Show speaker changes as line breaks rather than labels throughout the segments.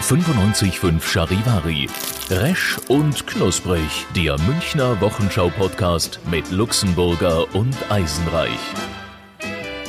95.5 Charivari. Resch und knusprig. Der Münchner Wochenschau-Podcast mit Luxemburger und Eisenreich.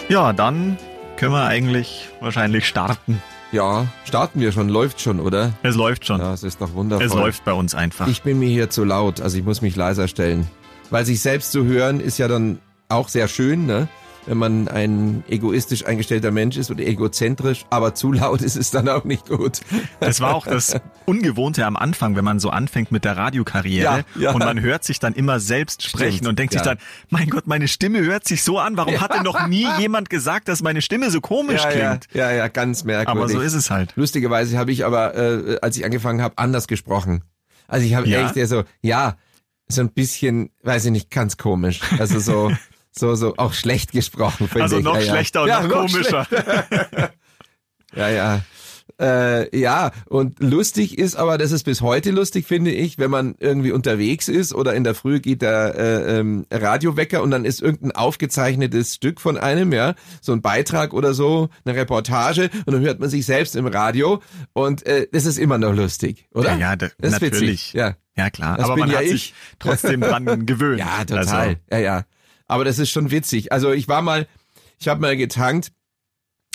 Ja, dann können wir eigentlich wahrscheinlich starten.
Ja, starten wir schon, läuft schon, oder?
Es läuft schon.
Ja, es ist doch wundervoll.
es läuft bei uns einfach.
Ich bin mir hier zu laut, also ich muss mich leiser stellen. Weil sich selbst zu hören ist ja dann auch sehr schön, ne? Wenn man ein egoistisch eingestellter Mensch ist oder egozentrisch, aber zu laut ist es dann auch nicht gut.
Das war auch das Ungewohnte am Anfang, wenn man so anfängt mit der Radiokarriere
Ja, ja.
und man hört sich dann immer selbst sprechen
Stimmt,
und denkt sich
ja.
dann, mein Gott, meine Stimme hört sich so an. Warum hat denn noch nie jemand gesagt, dass meine Stimme so komisch
ja, ja,
klingt?
ja, ja, ganz merkwürdig.
Aber so ist es halt.
Lustigerweise habe ich aber, äh, als ich angefangen habe, anders gesprochen. Also ich habe
Ja?
echt eher so, ja, so ein bisschen, weiß ich nicht, ganz komisch. Also so, so, so auch schlecht gesprochen. finde
Also
ich.
noch
ja, ja.
schlechter und
ja,
noch, komischer.
Ja, ja. Äh, ja, und lustig ist aber, das ist bis heute lustig, finde ich, wenn man irgendwie unterwegs ist oder in der Früh geht der äh, ähm, Radiowecker und dann ist irgendein aufgezeichnetes Stück von einem, ja, so ein Beitrag oder so, eine Reportage und dann hört man sich selbst im Radio und äh, das ist immer noch lustig, oder?
Ja, ja, da,
das ist
natürlich.
Witzig. Ja.
ja klar.
Das
Aber
bin
man
ja
hat
ich.
sich trotzdem dran gewöhnt.
Ja, total.
Also,
Ja, ja. Aber das ist schon witzig. Also ich war mal, ich habe mal getankt.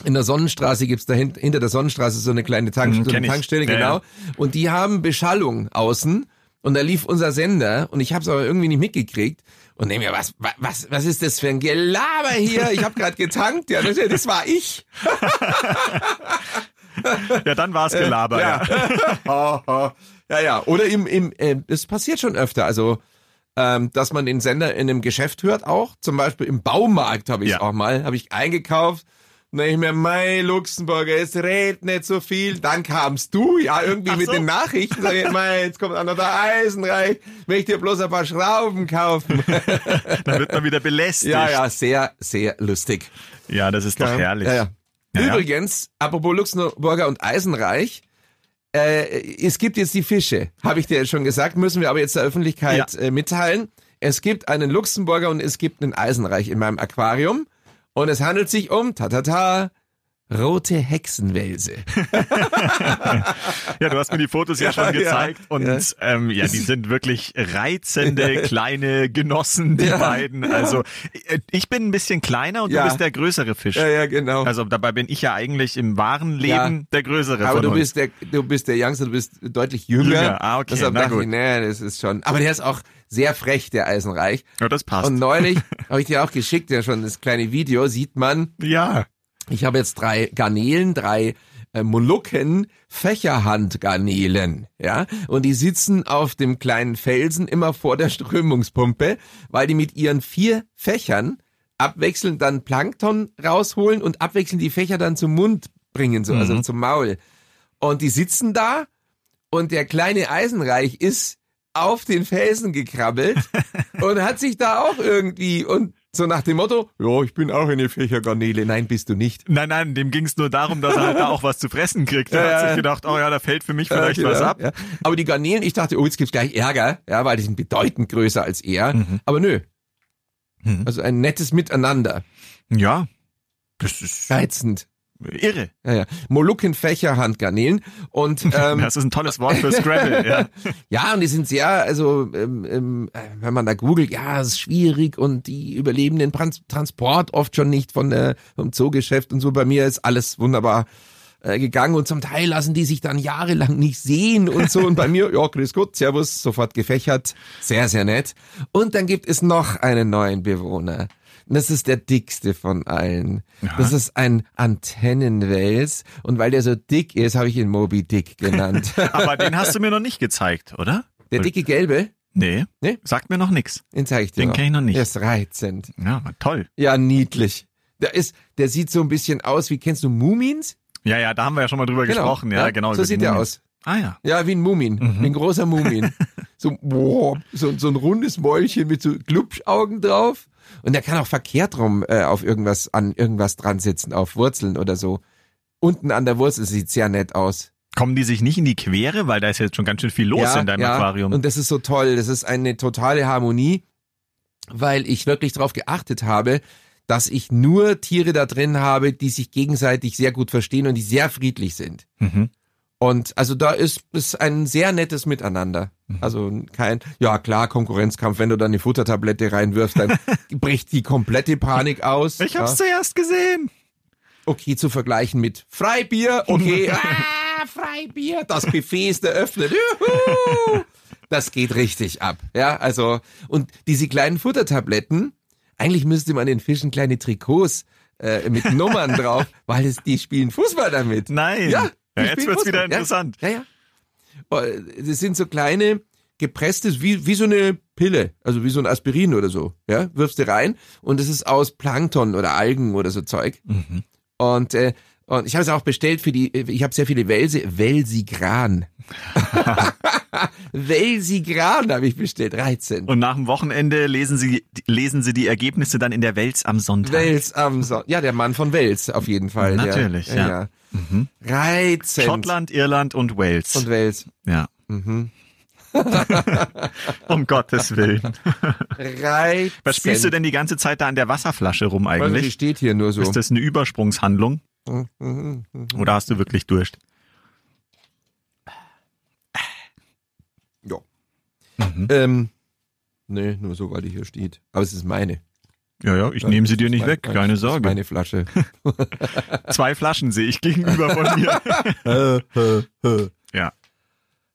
In der Sonnenstraße gibt's da hin- hinter der Sonnenstraße so eine kleine Tank
Mhm,
so
kenn
eine
ich.
Tankstelle,
Ja,
genau.
ja.
Und die haben Beschallung außen. Und da lief unser Sender und ich habe es aber irgendwie nicht mitgekriegt. Und nehme mir, was, wa- was, was ist das für ein Gelaber hier? Ich habe gerade getankt, ja, das, das war ich.
ja, dann war's
Äh,
Gelaber. ja.
ja. ja, ja. Oder im, im äh, es passiert schon öfter, also ähm, dass man den Sender in einem Geschäft hört auch, zum Beispiel im Baumarkt habe ich
Ja.
auch mal, habe ich eingekauft. Und dann ich mir, mei, Luxemburger, es redet nicht so viel. Dann kamst du ja irgendwie
Ach
mit
so.
den Nachrichten. Sag ich, mei, jetzt kommt einer der Eisenreich, will ich dir bloß ein paar Schrauben kaufen.
Dann wird man wieder belästigt.
ja, ja, sehr, sehr lustig.
Ja, das ist doch herrlich.
Ja, ja.
Ja, ja.
Übrigens, apropos Luxemburger und Eisenreich, äh, es gibt jetzt die Fische, habe ich dir schon gesagt, müssen wir aber jetzt der Öffentlichkeit äh, mitteilen. Es gibt einen Luxemburger und es gibt einen Eisenreich in meinem Aquarium und es handelt sich um, tatata, rote Hexenwälse.
Ja, du hast mir die Fotos ja,
Ja,
schon
ja,
gezeigt und
ja.
Ähm, ja, die sind wirklich reizende kleine Genossen, die beiden. Also äh, ich bin ein bisschen kleiner und
Ja.
du bist der größere Fisch.
ja, ja, genau.
Also dabei bin ich ja eigentlich im wahren Leben
Ja.
der größere
aber
von
du
uns.
bist, der, du bist der Youngster, du bist deutlich jünger.
Jünger, ah, okay,
Deshalb
na
dachte
gut.
ich, nee, das ist schon. Aber der ist auch sehr frech, der Eisenreich.
ja, das passt.
Und neulich habe ich dir auch geschickt, ja schon das kleine Video, sieht man,
ja.
ich habe jetzt drei Garnelen, drei äh, Molukken, Fächerhandgarnelen, ja, und die sitzen auf dem kleinen Felsen immer vor der Strömungspumpe, weil die mit ihren vier Fächern abwechselnd dann Plankton rausholen und abwechselnd die Fächer dann zum Mund bringen, so, also zum Maul. Und die sitzen da und der kleine Eisenreich ist auf den Felsen gekrabbelt und hat sich da auch irgendwie und so nach dem Motto, ja, ich bin auch eine Fächergarnele. Nein, bist du nicht.
Nein, nein, dem ging es nur darum, dass er halt da auch was zu fressen kriegt. Er
Ja,
hat
ja.
sich gedacht, oh ja, da fällt für mich vielleicht
Ja,
was
ja,
ab.
Ja. Aber die Garnelen, ich dachte, oh, jetzt gibt's gleich Ärger, ja, weil die sind bedeutend größer als er. Aber nö.
Mhm.
Also ein nettes Miteinander.
Ja, das ist
Reizend.
irre.
Ja, ja. Molukkenfächer, Handgarnelen. Und ähm,
Das ist ein tolles Wort für Scrabble. ja.
Ja, und die sind sehr, also ähm, ähm, äh, wenn man da googelt, ja, es ist schwierig und die überleben den Trans Transport oft schon nicht von äh, vom Zoogeschäft und so. Bei mir ist alles wunderbar äh, gegangen und zum Teil lassen die sich dann jahrelang nicht sehen und so. Und bei mir, ja, grüß Gott, servus, sofort gefächert. Sehr, sehr nett. Und dann gibt es noch einen neuen Bewohner. Und Das ist der dickste von allen. Das ist ein Antennenwels. Und weil der so dick ist, habe ich ihn Moby Dick genannt.
Aber den hast du mir noch nicht gezeigt, oder?
der dicke Gelbe.
Nee.
Nee?
Sagt mir noch nix.
Den zeige ich dir
Den
noch.
kenn ich noch nicht.
Er ist reizend.
Ja, aber toll.
Ja, niedlich. Der ist, der sieht so ein bisschen aus wie, kennst du Mumins?
Ja, ja, da haben wir ja schon mal drüber gesprochen. Ja, genau.
So
über die Mhm.
sieht der
Mumien.
aus.
Ah ja.
Ja, wie ein Mumin, wie ein großer Mumin. so, boah, so, so ein rundes Mäulchen mit so Glubschaugen drauf. Und der kann auch verkehrt rum äh, auf irgendwas, an irgendwas dran sitzen, auf Wurzeln oder so. Unten an der Wurzel sieht sehr nett aus.
Kommen die sich nicht in die Quere, weil da ist jetzt schon ganz schön viel los in deinem Aquarium.
Und das ist so toll. Das ist eine totale Harmonie, weil ich wirklich darauf geachtet habe, dass ich nur Tiere da drin habe, die sich gegenseitig sehr gut verstehen und die sehr friedlich sind.
Mhm.
Und also da ist es ein sehr nettes Miteinander.
Mhm.
Also kein, ja klar, Konkurrenzkampf, wenn du dann die Futtertablette reinwirfst, dann bricht die komplette Panik aus.
Ich hab's
ja.
zuerst gesehen.
Okay, zu vergleichen mit Freibier, okay, ah, Freibier, das Buffet ist eröffnet. Juhu! Das geht richtig ab. Ja, also, und diese kleinen Futtertabletten, eigentlich müsste man den Fischen kleine Trikots äh, mit Nummern drauf, weil es, die spielen Fußball damit.
Nein.
Ja, die
jetzt
spielen
wird's
Fußball,
wieder
ja.
interessant.
Ja, ja. Oh, Das sind so kleine, gepresstes, wie, wie so eine Pille, also wie so ein Aspirin oder so. Ja, wirfst du rein und es ist aus Plankton oder Algen oder so Zeug.
Mhm.
Und, äh, und ich habe es auch bestellt für die, äh, ich habe sehr viele Welse, Welsigran. Welsigran habe ich bestellt, 13.
Und nach dem Wochenende lesen sie, lesen sie die Ergebnisse dann in der Welt am Sonntag.
Wels am Son Ja, der Mann von Wels auf jeden Fall. der-
Natürlich, ja. Mhm.
Reizend.
Schottland, Irland und Wales.
und Wels. Mhm.
ja. um Gottes Willen.
Reizend.
Was spielst du denn die ganze Zeit da an der Wasserflasche rum
Also die
eigentlich?
steht hier nur so. Mhm,
Ist das eine Übersprungshandlung? Oder hast du wirklich Durst?
Ja. Ähm, nee, nur so, weil die hier steht. Aber es ist meine.
Ja, ja, ich nehme sie dir
Es ist
nicht
mein-
weg,
mein-
keine
es ist
Sorge.
Meine Flasche.
Zwei Flaschen sehe ich gegenüber von mir. ja.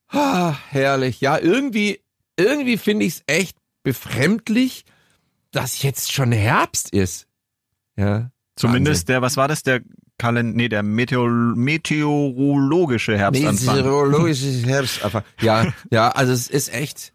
ah, herrlich. Ja, irgendwie, irgendwie finde ich es echt befremdlich, dass jetzt schon Herbst ist. Ja.
Zumindest der, was war das, der Kalend, nee, der Meteor meteorologische Herbstanfang.
Meteorologisches Herbst. aber- Ja, ja, also es ist echt,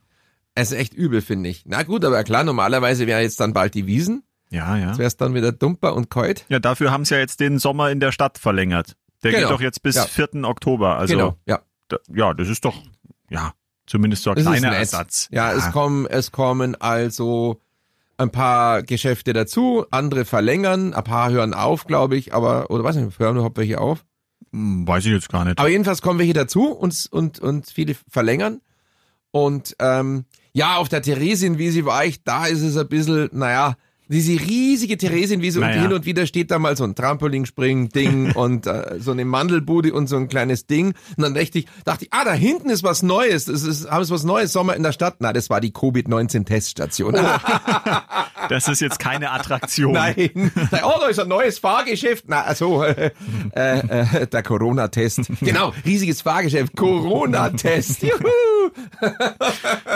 es ist echt übel, finde ich. Na gut, aber klar, normalerweise wäre jetzt dann bald die Wiesen.
Ja, ja.
Jetzt wäre es dann wieder dumper und kalt.
Ja, dafür haben sie ja jetzt den Sommer in der Stadt verlängert. Der
Genau.
geht doch jetzt bis
Ja.
4. Oktober. Also,
genau, ja.
da, ja, das ist doch, ja, zumindest so ein
Das ist
kleiner
nett.
Ersatz.
Ja, es kommen, es kommen also ein paar Geschäfte dazu, andere verlängern, ein paar hören auf, glaube ich, aber, oder weiß nicht, hören überhaupt welche auf.
Hm, Weiß ich jetzt gar nicht.
Aber jedenfalls kommen welche dazu und, und, und viele verlängern. Und ähm, ja, auf der Theresienwiese war ich, da ist es ein bisschen, naja, diese riesige Theresienwiese
Naja.
und hin und wieder steht da mal so ein Trampolinspringen-Ding und äh, so eine Mandelbude und so ein kleines Ding. Und dann dachte ich, dachte ich, ah, da hinten ist was Neues, das ist, haben es was Neues, Sommer in der Stadt. Na, das war die Covid-19-Teststation.
Oh. Das ist jetzt keine Attraktion.
Nein. Oh, da ist ein neues Fahrgeschäft. Na, also äh, äh, äh, der Corona-Test. Genau, riesiges Fahrgeschäft. Corona-Test. Juhu.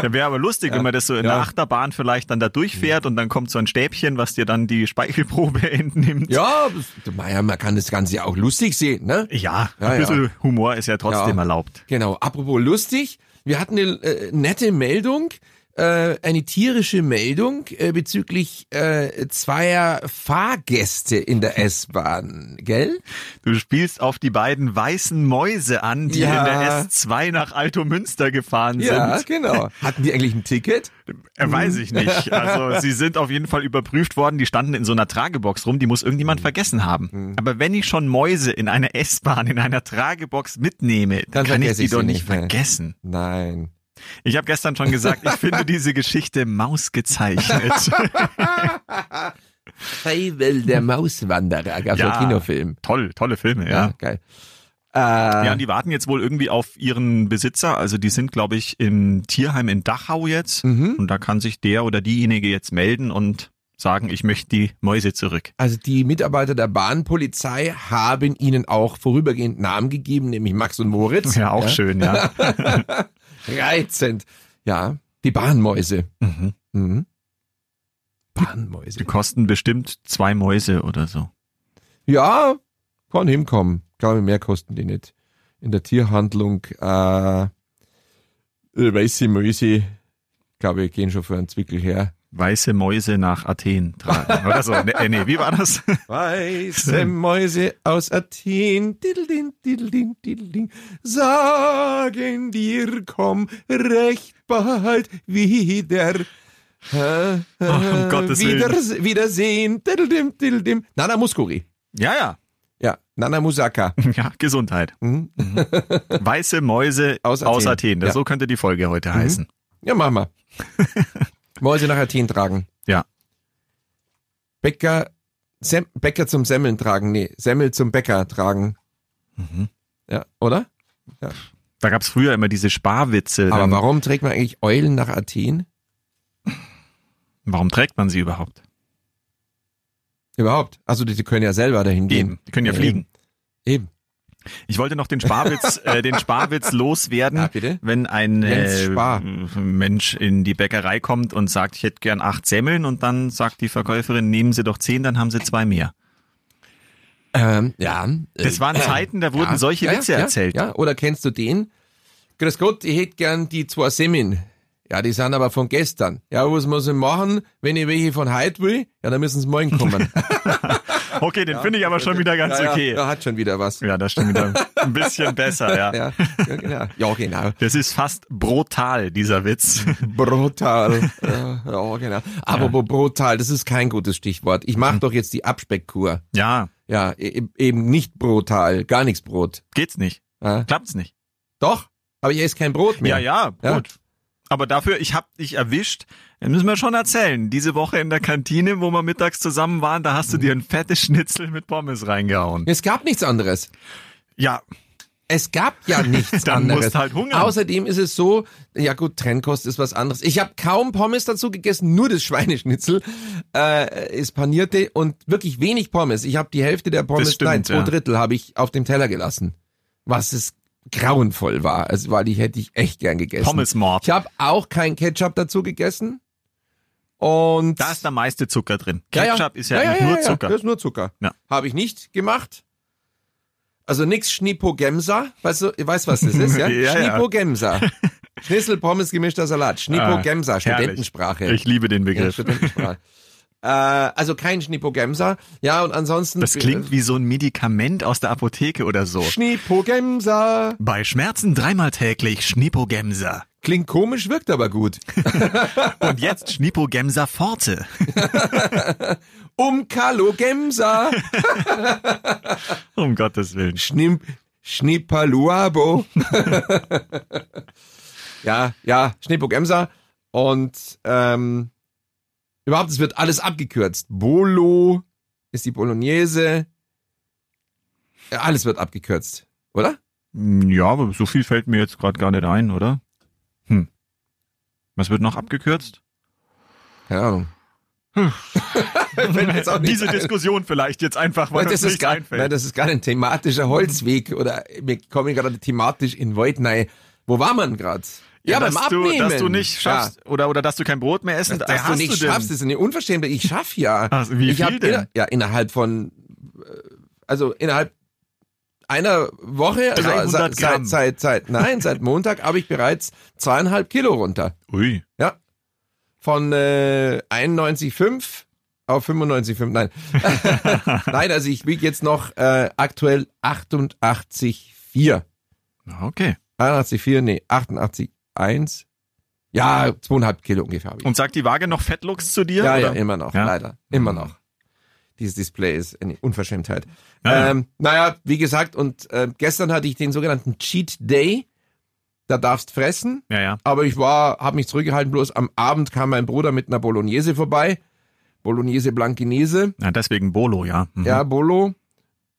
Ja, wäre aber lustig, wenn man das so in
Ja.
der Achterbahn vielleicht dann da durchfährt und dann kommt so ein Stäbchen, was dir dann die Speichelprobe entnimmt.
Ja, das- naja, man kann das Ganze ja auch lustig sehen, ne?
Ja,
Ja,
ein bisschen
ja.
Humor ist ja trotzdem
Ja.
erlaubt.
Genau. Apropos lustig, wir hatten eine äh, nette Meldung, äh, eine tierische Meldung äh, bezüglich äh, zweier Fahrgäste in der S-Bahn, gell?
Du spielst auf die beiden weißen Mäuse an, die
Ja.
in der S2 nach Altomünster gefahren sind.
genau. Hatten die eigentlich ein Ticket?
Äh, Weiß ich nicht. Also sie sind auf jeden Fall überprüft worden. Die standen in so einer Tragebox rum. Die muss irgendjemand
Mhm.
vergessen haben. Aber wenn ich schon Mäuse in einer S-Bahn, in einer Tragebox mitnehme, dann
Dann
kann ich
vergesse
die
ich sie
doch nicht
nicht, ne?
vergessen.
Nein.
Ich habe gestern schon gesagt, ich finde diese Geschichte mausgezeichnet.
Fable der Mauswanderer, gab's
Hm. Ja.
ja. Kinofilm.
Toll, tolle Filme,
Ja,
ja.
geil. Äh,
Ja, und die warten jetzt wohl irgendwie auf ihren Besitzer. Also die sind, glaube ich, im Tierheim in Dachau jetzt. Und da kann sich der oder diejenige jetzt melden und sagen, ich möchte die Mäuse zurück.
Also die Mitarbeiter der Bahnpolizei haben ihnen auch vorübergehend Namen gegeben, nämlich Max und Moritz.
Ja, auch schön, ja.
Reizend. Ja, die Bahnmäuse.
Mhm.
Mhm.
Die
Bahnmäuse.
kosten bestimmt zwei Mäuse oder so.
Ja, kann hinkommen. Ich glaube, mehr kosten die nicht. In der Tierhandlung, äh, äh, weiße Mäuse, glaube ich, gehen schon für einen Zwickel her.
weiße Mäuse nach Athen tragen. Oder so. Nee, äh, nee, wie war das?
Weiße Mäuse aus Athen, diddling, diddling, diddling, sagen dir, komm recht bald wieder. Äh,
um Gottes
Willen. Wiedersehen. Diddlim, diddlim. Nana Muskuri.
Ja, ja.
Ja, Nana Musaka.
Ja, Gesundheit. Weiße Mäuse
Aus
Mhm. aus
Athen.
Athen. Mhm. Das-
Ja.
So könnte die Folge heute heißen.
Ja, mach mal. Mäuse nach Athen tragen.
Ja.
Bäcker, Sem Bäcker zum Semmeln tragen. Nee, Semmel zum Bäcker tragen.
Mhm.
Ja, oder?
Da gab es früher immer diese Sparwitze.
Aber
Dann-
warum trägt man eigentlich Eulen nach Athen?
Warum trägt man sie überhaupt?
Überhaupt. Also die, die können ja selber dahin gehen.
Eben. Die können ja,
Ja,
fliegen.
Eben.
Ich wollte noch den Sparwitz, äh, den Sparwitz loswerden.
Ja, bitte.
Wenn ein
Jens
äh,
Spar.
Mensch in die Bäckerei kommt und sagt, ich hätte gern acht Semmeln und dann sagt die Verkäuferin, nehmen Sie doch zehn, dann haben Sie zwei mehr.
Ähm, ja.
Das waren Zeiten, da wurden solche Witze
ja,
erzählt.
Ja, oder kennst du den? Grüß Gott, ich hätte gern die zwei Semmeln. Ja, die sind aber von gestern. Ja, was muss ich machen, wenn ich welche von heute will? Ja, dann müssen sie morgen kommen.
Okay, den finde ich aber schon wieder ganz
ja, ja,
okay.
Ja, hat schon wieder was.
Ja, das stimmt wieder ein bisschen besser, ja.
Ja, ja, genau. ja genau.
Das ist fast brutal, dieser Witz.
Brutal. Ja, ja, genau. Aber brutal, das ist kein gutes Stichwort. Ich
Hm.
mache doch jetzt die Abspeckkur.
Ja,
Ja, e- eben nicht brutal, gar nichts Brot.
geht's nicht.
Ja.
Klappt's nicht.
Doch, aber ich esse kein Brot mehr.
Ja, ja,
Ja.
gut. Aber dafür, ich hab dich erwischt, das müssen wir schon erzählen. Diese Woche in der Kantine, wo wir mittags zusammen waren, da hast du dir ein fettes Schnitzel mit Pommes reingehauen.
Es gab nichts anderes.
Ja,
Es gab ja nichts
Dann
anderes.
musst halt hungern.
Außerdem ist es so, ja gut, Trennkost ist was anderes. Ich habe kaum Pommes dazu gegessen, nur das Schweineschnitzel äh, ist panierte und wirklich wenig Pommes. Ich habe die Hälfte der Pommes,
Das stimmt,
nein, zwei
ja.
Drittel habe ich auf dem Teller gelassen, was es grauenvoll war, also, weil die hätte ich echt gern gegessen.
Pommesmord.
Ich habe auch kein Ketchup dazu gegessen und
Da ist der meiste Zucker drin. Ketchup ist ja, eigentlich nur Zucker.
das ist nur Zucker.
Ja.
Habe ich nicht gemacht. Also nix Schnipogemsa. Weißt du, weißt was das ist, ja?
Ja, ja.
Schnipogemsa. Schnitzel, Pommes, gemischter Salat. Schnipogemsa,
Ah,
Studentensprache.
herrlich. Ich liebe den
Ja,
Begriff.
Studentensprache. äh, also kein Schnipogemsa. Ja, und ansonsten. äh,
Das klingt wie so ein Medikament aus der Apotheke oder so.
Schnipogemsa.
Bei Schmerzen dreimal täglich Schnipogemser.
Klingt komisch, wirkt aber gut.
Und jetzt Schnipogemser Forte.
Um Kalogemsa.
Um Gottes Willen.
Schnimp, Schnippaluabo. ja, ja, Schneeburg-Emser. Und ähm, überhaupt, es wird alles abgekürzt. Bolo ist die Bolognese. Ja, alles wird abgekürzt, oder?
Hm, Ja, aber so viel fällt mir jetzt gerade gar nicht ein, oder? Hm. Was wird noch abgekürzt?
Keine Ahnung. Fällt mir jetzt auch nicht
Diese
ein.
Diskussion vielleicht jetzt einfach, weil
Nein,
das
das,
uns
ist
nicht
gar,
einfällt.
nein, das ist gar ein thematischer Holzweg oder wir kommen gerade thematisch in Void. Nein, wo war man gerade?
ja, dass, du, dass du nicht schaffst oder, oder dass du kein Brot mehr essen
Dass,
äh,
dass du
hast
nicht
denn?
schaffst, ist eine Unverschämtheit. Ich schaff ja.
Also, wie
ich hab
viel denn?
inner- ja, innerhalb von, äh, also innerhalb einer Woche, also
300
seit, seit,
Gramm.
seit, seit, nein, seit Montag habe ich bereits zweieinhalb Kilo runter.
Ui.
Ja. Von äh, 91,5 auf 95,5. Nein. nein, also ich wiege jetzt noch äh, aktuell 88,4.
Okay.
81,4, nee, 88,1. Ja, zweieinhalb Kilo ungefähr habe ich.
Und sagt die Waage noch Fettlux zu dir?
Ja, ja,
oder?
immer noch,
Ja?
leider. Immer noch. Dieses Display ist eine Unverschämtheit.
Ja, ja.
ähm, naja, wie gesagt, und äh, gestern hatte ich den sogenannten Cheat Day. Da darfst fressen.
ja, ja.
Aber ich war, habe mich zurückgehalten, bloß am Abend kam mein Bruder mit einer Bolognese vorbei. Bolognese Blankinese,
Ja, deswegen Bolo, ja. Mhm.
ja, Bolo.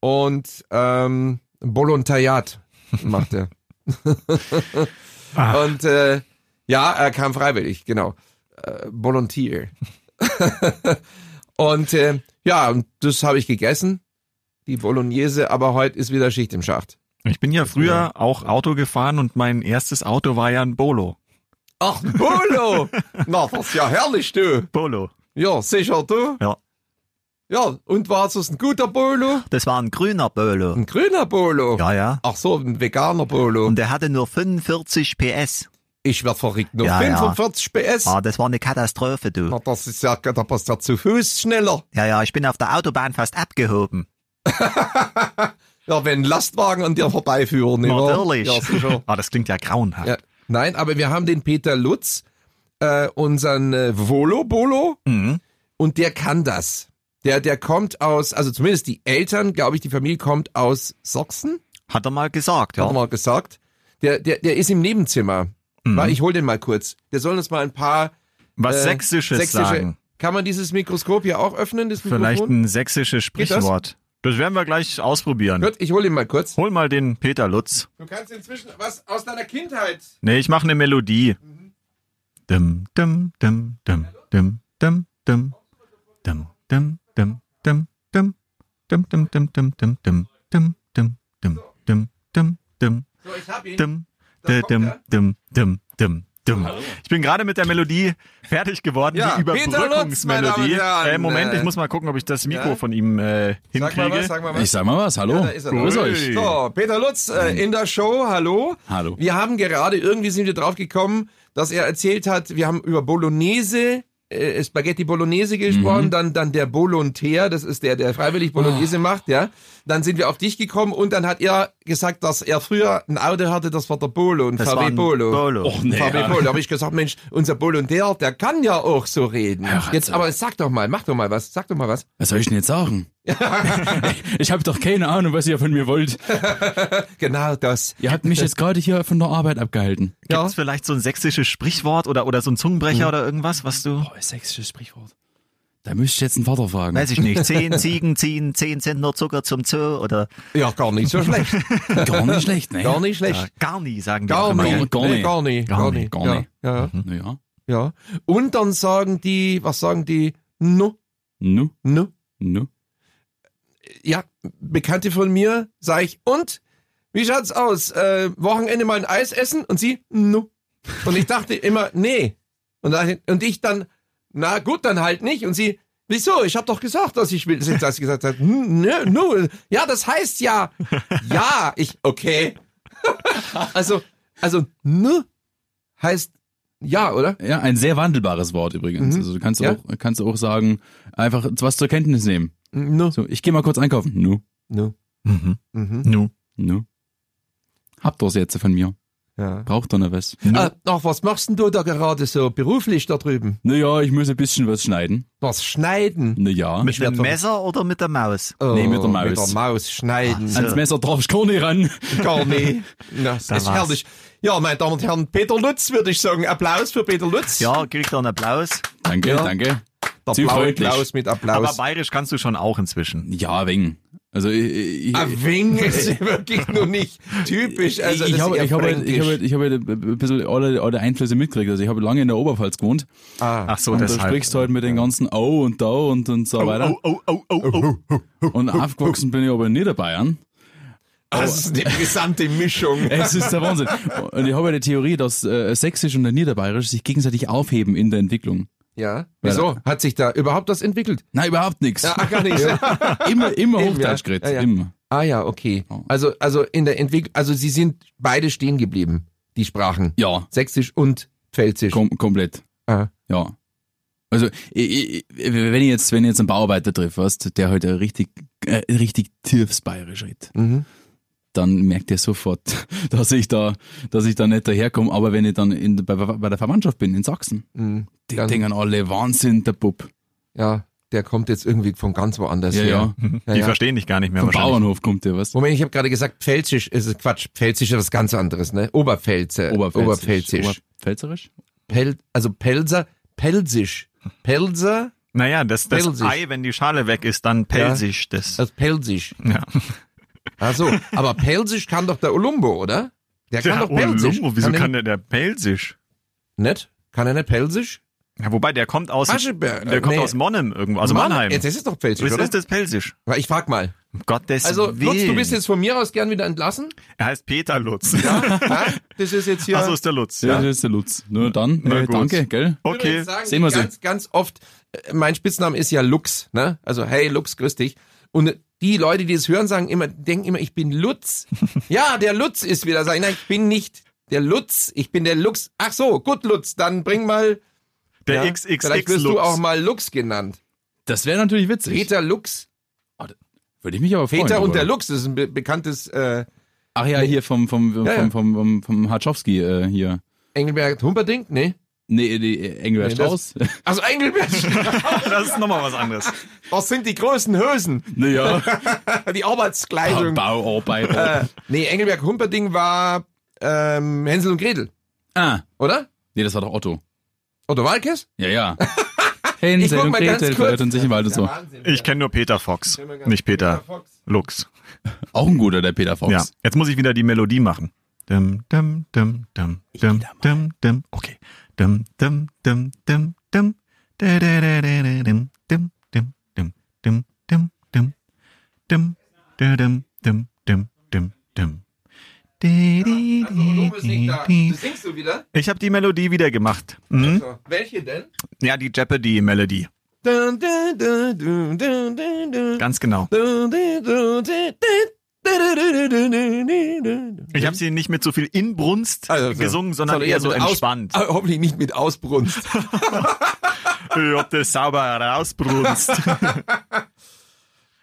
Und ähm, Volontariat macht er.
Ah.
und äh, ja, er kam freiwillig, genau. Äh, Volunteer. und äh, ja, und das habe ich gegessen. Die Bolognese, aber heute ist wieder Schicht im Schacht.
Ich bin ja früher auch Auto gefahren und mein erstes Auto war ja ein Bolo.
Ach, Bolo! Na, das ist ja herrlich, du.
Bolo.
Ja, sicher, du.
Ja.
Ja, und war es ein guter Bolo?
Das war ein grüner Bolo.
Ein grüner Bolo?
ja.
Oh. Ach so, ein veganer Bolo.
der hatte nur 45 PS.
Ich werd verrückt. Nur
Ja, ja.
45 PS.
Ah, das war eine Katastrophe, du.
Na, das ist ja, da passt ja zu Fuß schneller.
Ja, ja, ich bin auf der Autobahn fast abgehoben.
Ja, wenn Lastwagen an dir vorbeiführen, nicht wahr?
Natürlich.
Ja, sicher.
Ah, das klingt ja grauenhaft.
ja. Nein, aber wir haben den Peter Lutz, äh, unseren äh, Volo Bolo,
Mhm.
und der kann das. Der, der kommt aus, also zumindest die Eltern, glaube ich, die Familie kommt aus Sachsen,
Hat er mal gesagt,
hat
ja.
er mal gesagt. Der, der, der ist im Nebenzimmer. Warte, Ich hol den mal kurz. Der soll uns mal ein paar
Was
äh,
Sächsisches
sächsische-
sagen.
Kann man dieses Mikroskop hier auch öffnen? Das
Vielleicht
Mikrofon?
ein sächsisches
Geht das?
Sprichwort. Das? werden wir gleich ausprobieren.
Gut, ich hol ihn mal kurz.
Hol mal den Peter Lutz.
Hm. Du kannst inzwischen was aus deiner Kindheit.
Nee, ich mache eine Melodie. Dum, dum, dum, dum, dum, dum, dum, dum, dum, dum, dum, dum, dum, dum, dum, dum, dum, dum, dum, dum, dum, dum, dum, dum,
So, ich hab ihn.
dum,
Da
dum,
kommt
dum,
er.
dum, dum, dum, dum. Ich bin gerade mit der Melodie fertig geworden,
Ja,
die
Peter Lutz, meine Damen
Überbrückungsmelodie.
und Herren.
Äh, Moment, ich muss mal gucken, ob ich das Mikro
Ja?
von ihm äh,
Sag mal was,
hinkriege.
sag mal was.
Ich sag mal was, hallo.
Ja, da ist er.
Grüß
Ui.
euch.
So, Peter Lutz äh, in der Show, hallo.
Hallo.
Wir haben gerade, irgendwie sind wir drauf gekommen, dass er erzählt hat, wir haben über Bolognese, äh, Spaghetti Bolognese gesprochen, dann, dann der Volontär, das ist der, der freiwillig Bolognese macht, ja. Dann sind wir auf dich gekommen und dann hat er gesagt, dass er früher ein Auto hatte, das war der Bolo, ein
Das
VW
war ein
Bolo.
Bolo.
Och, Oh, nee,
VW Polo. Da habe ich gesagt, Mensch, unser Volontär, der kann ja auch so reden.
Ratze.
Jetzt aber sag doch mal, mach doch mal was, sag doch mal was.
Was soll ich denn jetzt sagen? ich habe doch keine Ahnung, was ihr von mir wollt.
Genau das.
Ihr habt mich jetzt gerade hier von der Arbeit abgehalten.
Ja.
Gibt es vielleicht so ein sächsisches Sprichwort oder, oder so ein Zungenbrecher oder irgendwas, was du...
Boah, ist sächsisches Sprichwort. Da müsste ich jetzt einen Vater fragen.
Weiß ich nicht. Zehn Ziegen ziehen zehn Zentner Zucker zum Zoo oder
Ja, gar nicht so schlecht.
Gar nicht schlecht, ne?
Gar nicht schlecht.
Äh, gar nie, sagen die auch
Gar
immer.
nicht.
nicht. Gar nicht.
Nee, gar nicht.
Gar nicht, gar
Ja,
nicht.
Ja,
Naja.
ja. Und dann sagen die, was sagen die? No,
Nu,
no.
nu.
Ja, Bekannte von mir, sag ich, und? Wie schaut's aus? Äh, Wochenende mal ein Eis essen? Und sie, no. Und ich dachte immer, nee. Und, dann- und ich dann, na gut, dann halt nicht. Und sie, wieso? Ich habe doch gesagt, dass ich will. Dass sie gesagt hat, "Hm, nö, no. Ja, das heißt ja. Ja, ich, okay. also, also, no heißt ja, oder?
Ja, ein sehr wandelbares Wort übrigens.
Mhm.
Also du kannst
Ja.
auch, kannst auch sagen, einfach was zur Kenntnis nehmen.
No.
So, ich gehe mal kurz einkaufen. Nu,
No.
Mhm.
Mhm.
Nu.
nu. Habt ihr's jetzt von mir?
Ja.
Braucht ihr noch was?
Ah, ach, was machst denn du da gerade so beruflich da drüben?
Naja, ich muss ein bisschen was schneiden.
Was schneiden?
Naja.
mit dem
werd doch-
Messer oder mit der Maus?
Oh,
Nee, mit der Maus.
Mit der Maus schneiden.
Ans Messer drauf ich gar nicht ran.
Gar nicht. Na, Das ist
war's.
herrlich. Ja, meine Damen und Herren, Peter Lutz würde ich sagen. Applaus für Peter Lutz.
Ja, kriegt er einen Applaus.
Danke,
Ja.
danke.
der
zu
blaue
freundlich.
Applaus mit
Aber
Applaus.
bayerisch kannst du schon auch inzwischen.
Ja, wegen. Also ich, ich,
Ah, Wing ist wirklich nur nicht typisch. Also,
ich
das
habe
ist
ich
eher
habe ich habe
fränkisch.
ich habe ein bisschen alle, alle Einflüsse mitgekriegt. Also ich habe lange in der Oberpfalz gewohnt.
Ah,
Ach so,
und da
deshalb.
sprichst du halt mit den ganzen Au und Da und, und so weiter.
oh, oh, oh, oh.
Und aufgewachsen bin ich aber in Niederbayern.
das ist eine interessante Mischung.
Es ist der Wahnsinn. Und ich habe eine Theorie, dass äh, Sächsisch und der Niederbayerisch sich gegenseitig aufheben in der Entwicklung.
Ja. Wieso? Hat sich da überhaupt was entwickelt?
Nein, überhaupt nichts.
Ja, gar nicht.
Immer, immer
Eben,
Hochdeutsch
ja.
geredet.
Ja, ja.
Immer.
Ah ja, okay. Also, also in der Entwicklung, also sie sind beide stehen geblieben, die Sprachen.
Ja,
Sächsisch und Pfälzisch.
kom komplett.
Ah.
Ja. Also, ich, ich, wenn ich jetzt, wenn ich jetzt einen Bauarbeiter treffe, weißt, der heute halt richtig, äh, richtig tiefs bayerisch redet,
Mhm.
dann merkt er sofort, dass ich da, dass ich da nicht daherkomme. Aber wenn ich dann in, bei, bei der Verwandtschaft bin in Sachsen,
Mhm.
die
Dann-
denken alle Wahnsinn, der Bub.
Ja, der kommt jetzt irgendwie von ganz woanders
Ja,
her.
ja.
Ja,
Die
ja.
verstehen dich gar nicht mehr
Vom
wahrscheinlich.
Bauernhof kommt der, was?
Moment, ich habe gerade gesagt, Pfälzisch ist Quatsch. Pfälzisch ist was ganz anderes, ne? Oberpfälze. Oberpfälzisch.
Oberpfälzerisch?
Pel also Pelzer, Pelsisch. Pelser,
Naja, das, das
Pelsisch. Also,
Ei, wenn die Schale weg ist, dann pelsisch das.
das Pelsisch.
Ja.
Ach so, aber Pelsisch kann doch der Olumbo, oder? Der kann
Der
doch Pelsisch.
Olumbo, oh, wieso
er
kann der, der pelsisch?
nicht? Kann er nicht Pelsisch?
Ja, wobei, der kommt aus,
Ascheberg,
der kommt
äh, nee.
aus Monnem irgendwo, also
Mann,
Mannheim.
Jetzt ist es doch Pelsisch,
ist,
oder?
ist das pelsisch?
Weil Ich frag mal.
Um Gottes
Also,
Willen.
Lutz, du bist jetzt von mir aus gern wieder entlassen?
er heißt Peter Lutz.
Ja? Das ist jetzt hier.
Also ist der Lutz.
Ja, das ist der Lutz. Nur dann,
Na
äh,
gut.
danke, gell?
Okay.
Übrigens sagen
sehen wir
die
sie.
ganz, ganz oft, äh, mein Spitzname ist ja Lux, ne? Also, hey Lux, grüß dich. Und äh, die Leute, die es hören, sagen immer, denken immer, ich bin Lutz. ja, der Lutz ist wieder. Sag ich, nein, ich bin nicht Der Lutz, ich bin der Lux. Ach so, gut, Lutz, dann bring mal.
Der
ja,
XXX
Vielleicht wirst
Lux.
du auch mal Lux genannt.
Das wäre natürlich witzig.
Peter Lux.
Würde ich mich aber freuen.
Peter und
aber-
der Lux ist ein be bekanntes äh,
Ach ja, hier vom, vom, vom,
Ja, ja.
vom, vom, vom, Hartschowski äh, hier.
Engelbert Humperdinck, ne?
Nee, nee, äh, Engelbert
Nee, das-
Strauß.
Also Engelbert,
Das ist nochmal was anderes.
was sind die größten Hösen?
naja,
Die Arbeitskleidung.
Ah, Bauarbeiter.
Also- Äh, nee, Engelberg Humperding war ähm, Hänsel und Gretel,
Ah,
oder?
nee, das war doch Otto.
Otto Walkes?
Ja, ja.
Ich
Hänsel
guck
und
mal ganz
Gretel
kurz.
verirrten sich im Wald und so.
Ich kenne nur Peter Fox, nicht Peter Lux.
Auch ein guter, der Peter Fox.
Ja, jetzt muss ich wieder die Melodie machen. Dum, dum, dum, dum, dum, dum, dum, okay. Dum, dum, dum, dum, dum, da, da, da, da, da, dum, dum, dum, dum, dum, dum, dum, dum, da, dum, dum, dum, dum, dum. Di, di, di, di, di.
singst du wieder?
Ich habe die Melodie wieder gemacht. Mhm.
So, welche denn?
Ja, die Jeopardy-Melodie.
Dun, dun, dun, dun, dun, dun, dun.
Ganz genau.
Dun, dun, dun, dun, dun, dun, dun, dun, dun, dun.
Ich habe sie nicht mit so viel Inbrunst
Also,
gesungen, sondern eher so
mit Aus-
entspannt.
Ah, hoffentlich nicht mit Ausbrunst.
Ich hab das sauber rausbrunst.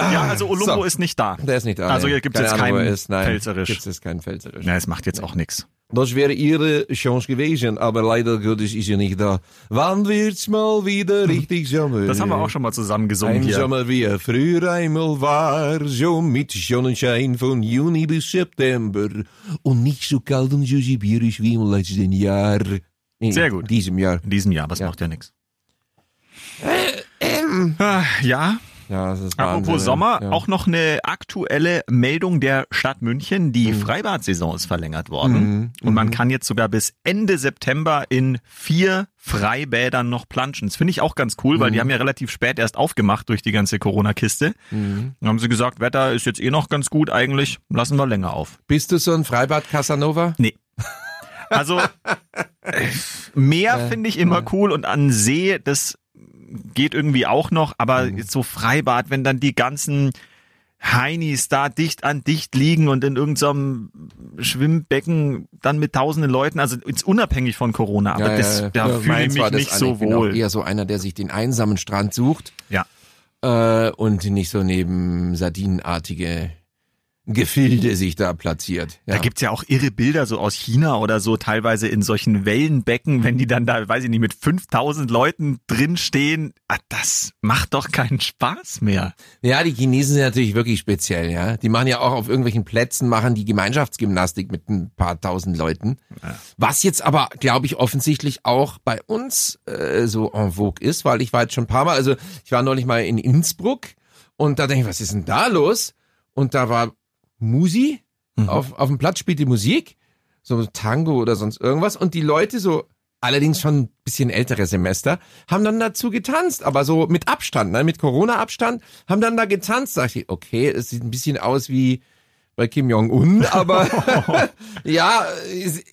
ja, also Olumbo
so.
ist nicht da.
Der ist nicht da.
Also
nee.
hier gibt's
Keine
jetzt
Ahnung, wo
keinen
er ist. Nein,
Pfälzerisch.
Gibt es keinen Pfälzerisch.
Na, es macht jetzt auch nichts.
Das wäre ihre Chance gewesen, aber leider Gottes ist sie nicht da. Wann wird's mal wieder richtig Sommer?
Das haben wir auch schon mal zusammen gesungen
Ein
hier.
Sommer wie er früher einmal war, so mit Sonnenschein von Juni bis September und nicht so kalt und so sibirisch wie im letzten Jahr. Nee,
Sehr gut.
Diesem Jahr.
In diesem Jahr, das
Ja. Äh, ähm.
macht ja nichts. Ah, Ja,
Ja, das ist Wahnsinn.
apropos Sommer,
ja.
auch noch eine aktuelle Meldung der Stadt München. Die
Mhm.
Freibadsaison ist verlängert worden. Und man kann jetzt sogar bis Ende September in vier Freibädern noch planschen. Das finde ich auch ganz cool,
Mhm.
weil die haben ja relativ spät erst aufgemacht durch die ganze Corona-Kiste.
Mhm.
Dann haben sie gesagt, Wetter ist jetzt eh noch ganz gut eigentlich, lassen wir länger auf.
Bist du so ein Freibad-Casanova?
Nee. Also äh, Meer
Äh,
finde ich immer cool und an See, das geht irgendwie auch noch, aber
Mhm.
jetzt so Freibad, wenn dann die ganzen Heinis da dicht an dicht liegen und in irgendeinem Schwimmbecken dann mit tausenden Leuten, also jetzt unabhängig von Corona, aber das, da fühle ich
meins war
mich nicht
das genau einer.
so
ich bin auch
wohl.
eher so einer, der sich den einsamen Strand sucht.
Ja.
äh, und nicht so neben sardinenartige Gefilde sich da platziert. Ja.
Da gibt's ja auch irre Bilder so aus China oder so, teilweise in solchen Wellenbecken, wenn die dann da, weiß ich nicht, mit 5000 Leuten drinstehen. Ah, das macht doch keinen Spaß mehr.
ja, die Chinesen sind natürlich wirklich speziell, ja. Die machen ja auch auf irgendwelchen Plätzen, machen die Gemeinschaftsgymnastik mit ein paar tausend Leuten. Was jetzt aber, glaube ich, offensichtlich auch bei uns äh, so en vogue ist, weil ich war jetzt schon ein paar Mal, also ich war neulich mal in Innsbruck und da denke ich, was ist denn da los? Und da war Musi, auf, auf dem Platz spielte Musik, so Tango oder sonst irgendwas und die Leute so, allerdings schon ein bisschen ältere Semester, haben dann dazu getanzt, aber so mit Abstand, ne, mit Corona-Abstand, haben dann da getanzt, dachte ich, okay, es sieht ein bisschen aus wie bei Kim Jong-un, aber ja,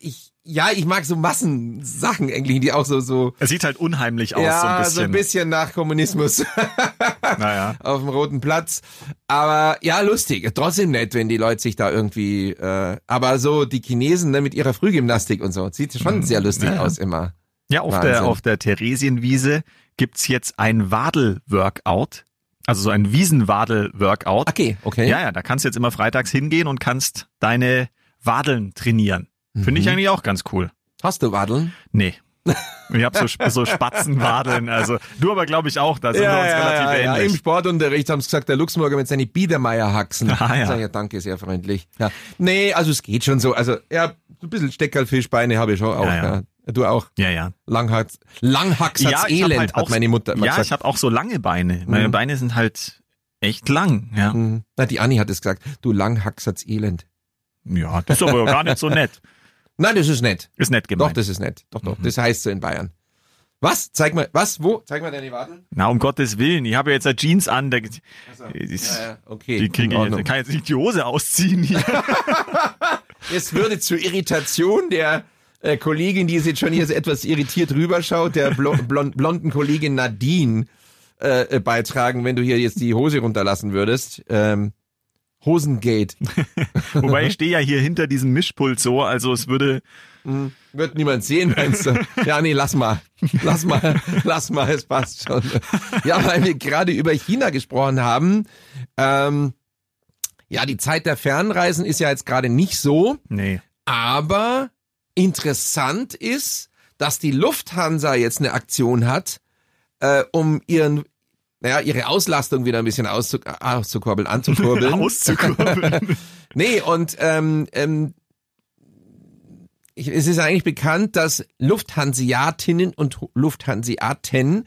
ich, ja, ich mag so Massensachen eigentlich, die auch so, so,
Es sieht halt unheimlich aus, so ein
ja,
bisschen.
so ein bisschen nach Kommunismus
Naja.
auf dem Roten Platz. Aber ja, lustig. Trotzdem nett, wenn die Leute sich da irgendwie. Äh, aber so die Chinesen ne, mit ihrer Frühgymnastik und so. Sieht
Mhm.
schon sehr lustig aus immer.
Ja, auf
Wahnsinn.
der, auf der Theresienwiese gibt's jetzt ein Wadel-Workout. Also so ein Wiesenwadel-Workout.
Okay, okay.
Ja, ja, da kannst du jetzt immer freitags hingehen und kannst deine Wadeln trainieren. Finde
Mhm.
ich eigentlich auch ganz cool.
Hast du Wadeln?
Nee. Ich habe so, Sp- so Spatzenwadeln, also du aber glaube ich auch, da sind wir uns relativ
Im
ähnlich.
Sportunterricht haben sie gesagt, der Luxemburger mit seinen Biedermeierhaxen.
Ah, ja.
Sag ich, ja, danke, sehr freundlich. Ja. Nee, also es geht schon so. Also ja, so ein bisschen Steckerlfischbeine habe ich schon auch.
Ja,
Ja,
ja.
Du auch.
Ja, ja.
Langhax, Langhax hat's
ich hab halt
Elend, hat meine Mutter immer
Ja,
gesagt.
ich habe auch so lange Beine. Meine Beine sind halt echt lang, ja.
Mhm. Na, die Anni hat es gesagt. Du Langhax hat's Elend.
Ja, das ist aber gar nicht so nett.
Nein, das ist nett.
Ist nett
Doch,
gemeint.
das ist nett. Doch,
Mhm.
doch. Das heißt so in Bayern. Was? Zeig mal, was? Wo? Zeig mal deine Waden.
Na, um Gottes Willen, ich habe ja jetzt eine Jeans an, da, die,
okay.
die kriege
in
ich
Ordnung.
jetzt, kann jetzt nicht die Hose ausziehen hier.
Es würde zur Irritation der äh, Kollegin, die jetzt jetzt schon hier so etwas irritiert rüberschaut, der blo blon blonden Kollegin Nadine äh, äh, beitragen, wenn du hier jetzt die Hose runterlassen würdest. Ähm, Hosengate.
Wobei ich stehe ja hier hinter diesem Mischpult so, also es würde.
Wird niemand sehen, meinst du? Ja, nee, lass mal. Lass mal, lass mal, es passt schon. Ja, weil wir gerade über China gesprochen haben. Ähm, ja, die Zeit der Fernreisen ist ja jetzt gerade nicht so,
Nee.
aber interessant ist, dass die Lufthansa jetzt eine Aktion hat, äh, um ihren, naja, ihre Auslastung wieder ein bisschen auszu auszukurbeln, anzukurbeln.
Auszukurbeln.
Nee, und ähm, ähm, ich, es ist eigentlich bekannt, dass Lufthansiatinnen und Hu- Lufthansiaten,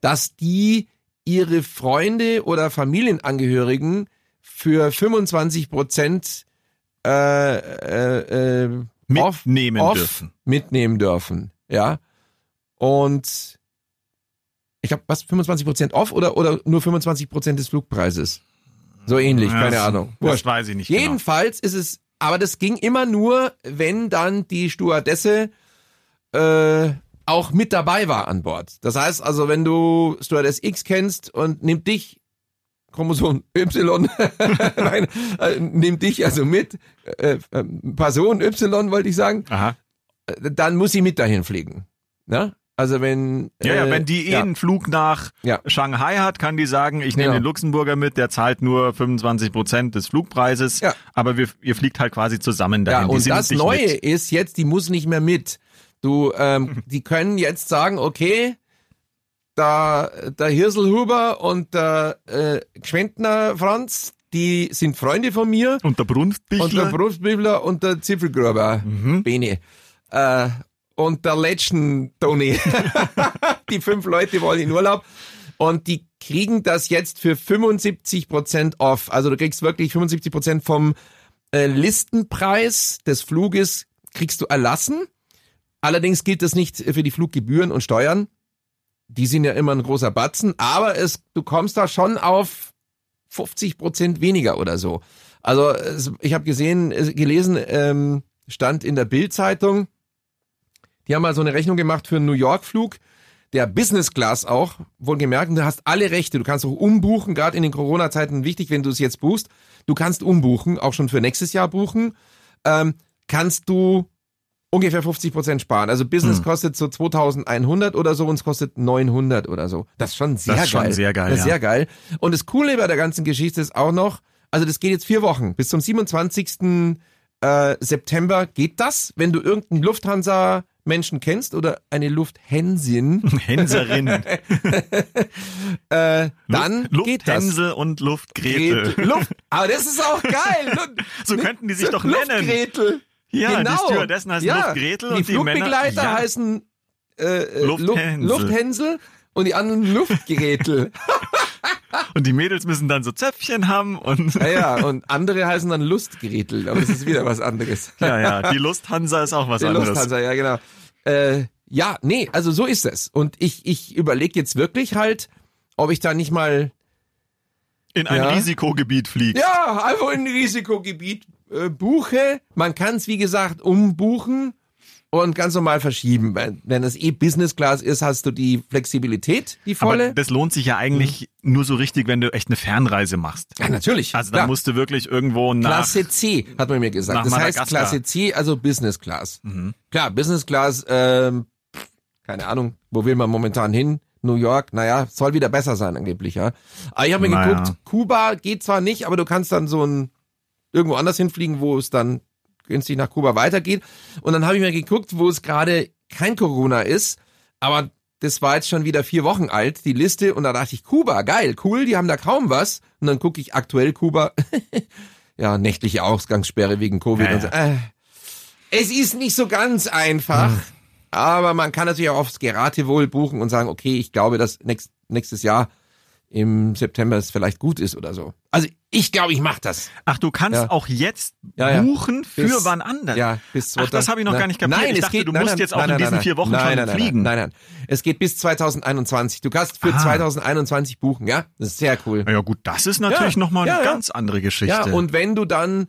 dass die ihre Freunde oder Familienangehörigen für 25 Prozent äh, äh, äh, off,
Mitnehmen
off
dürfen.
mitnehmen dürfen. Ja. Und ich glaube, was 25 Prozent off oder, oder nur 25 Prozent des Flugpreises? So ähnlich,
Ja,
keine
das-
Ahnung. Wurscht.
Das weiß ich nicht. Genau.
Jedenfalls ist es, aber das ging immer nur, wenn dann die Stewardesse äh, auch mit dabei war an Bord. Das heißt also, wenn du Stewardess X kennst und nimmt dich, Chromosom Y, nein, äh, nimmt dich also mit, äh, äh, Person Y wollte ich sagen,
Aha.
äh, dann muss sie mit dahin fliegen. Ne? Also wenn...
Ja, ja,
äh,
wenn die eh einen Flug nach
Ja.
Shanghai hat, kann die sagen, ich nehme
Ja.
den Luxemburger mit, der zahlt nur 25 Prozent des Flugpreises,
Ja.
aber wir, ihr fliegt halt quasi zusammen dahin.
Ja,
Die
und
sind
das
nicht
Neue
mit.
ist jetzt, die muss nicht mehr mit. Du, ähm, die können jetzt sagen, okay, da, der Hirselhuber und der äh, Gschwendner Franz, die sind Freunde von mir
Und der Brunftbichler.
und der Brustbibler und der Zipfelgruber, Bene. Äh, und der letzten Toni. die fünf Leute wollen in Urlaub. Und die kriegen das jetzt für 75% off. Also du kriegst wirklich 75% vom äh, Listenpreis des Fluges kriegst du erlassen. Allerdings gilt das nicht für die Fluggebühren und Steuern. Die sind ja immer ein großer Batzen, aber es, du kommst da schon auf 50 Prozent weniger oder so. Also es- ich habe gesehen, äh, gelesen, ähm, stand in der Bild-Zeitung, die haben mal so eine Rechnung gemacht für einen New York-Flug, der Business Class auch, wohlgemerkt, und du hast alle Rechte, du kannst auch umbuchen, gerade in den Corona-Zeiten wichtig, wenn du es jetzt buchst, du kannst umbuchen, auch schon für nächstes Jahr buchen, ähm, kannst du ungefähr 50 Prozent sparen. Also Business
Hm.
kostet so 2100 oder so und es kostet 900 oder so. Das ist schon sehr
Das ist schon
geil.
sehr geil,
Das ist
ja.
sehr geil. Und das Coole bei der ganzen Geschichte ist auch noch, also das geht jetzt vier Wochen. Bis zum 27. Äh, September geht das, wenn du irgendeinen Lufthansa-Menschen kennst oder eine Lufthensin,
Hänserin.
äh, dann
Luft,
geht das.
Lufthänsel und Luftgrete.
Gretel. Luft, aber das ist auch geil. Lu-
So könnten die sich doch nennen.
Luftgretel.
Ja,
genau.
die Stewardessen heißen Luftgretel
die
und die Männer.
Flugbegleiter
Ja.
heißen äh, äh,
Lufthänsel.
Luft- Lufthänsel und die anderen Luftgretel.
Und die Mädels müssen dann so Zöpfchen haben und
ja, ja, und andere heißen dann Lustgretel, aber das ist wieder was anderes.
ja, ja, die Lusthansa ist auch was
Der
anderes.
Lufthansa, ja, genau. Äh, ja, nee, also so ist es. Und ich, ich überlege jetzt wirklich halt, ob ich da nicht mal,
In ein
Ja.
Risikogebiet fliegt.
ja, einfach in ein Risikogebiet äh, buche. Man kann es, wie gesagt, umbuchen und ganz normal verschieben. Wenn, wenn es eh Business Class ist, hast du die Flexibilität, die
Aber
volle.
das lohnt sich ja eigentlich nur so richtig, wenn du echt eine Fernreise machst.
Hm. Ja, natürlich.
Also dann
klar.
musst du wirklich irgendwo nach
Klasse C, hat man mir gesagt.
nach
Das heißt
Madagaskar. Mhm.
Klasse C, also Business Class. Klar, Business Class, ähm, keine Ahnung, wo will man momentan hin? New York, naja, soll wieder besser sein angeblich, ja. Aber ich habe mir
Naja.
geguckt, Kuba geht zwar nicht, aber du kannst dann so ein irgendwo anders hinfliegen, wo es dann günstig nach Kuba weitergeht. Und dann habe ich mir geguckt, wo es gerade kein Corona ist, aber das war jetzt schon wieder vier Wochen alt, die Liste, und da dachte ich, Kuba, geil, cool, die haben da kaum was. Und dann gucke ich aktuell Kuba, ja, nächtliche Ausgangssperre wegen Covid.
Ja, Hm.
Und so, äh, es ist nicht so ganz einfach, aber man kann natürlich auch aufs Geratewohl buchen und sagen, okay, ich glaube, dass nächst, nächstes Jahr im September es vielleicht gut ist oder so. Also ich glaube, ich mache das.
Ach, du kannst
Ja.
auch jetzt
Ja, ja.
buchen für
Bis-
wann anders.
Ja, bis
Ach, das habe ich noch
nein,
gar nicht kapiert.
Nein,
Ich
es
dachte,
geht,
du
nein,
musst
nein,
jetzt auch
nein,
in
nein,
diesen
nein,
vier Wochen
nein,
schon
nein, nein,
fliegen.
Nein, nein, Es geht bis 2021. Du kannst für
Ah.
2021 buchen, ja? Das ist sehr cool.
Na Ja gut, das ist natürlich
Ja,
nochmal
ja,
eine
ja.
ganz andere Geschichte.
Ja, und wenn du dann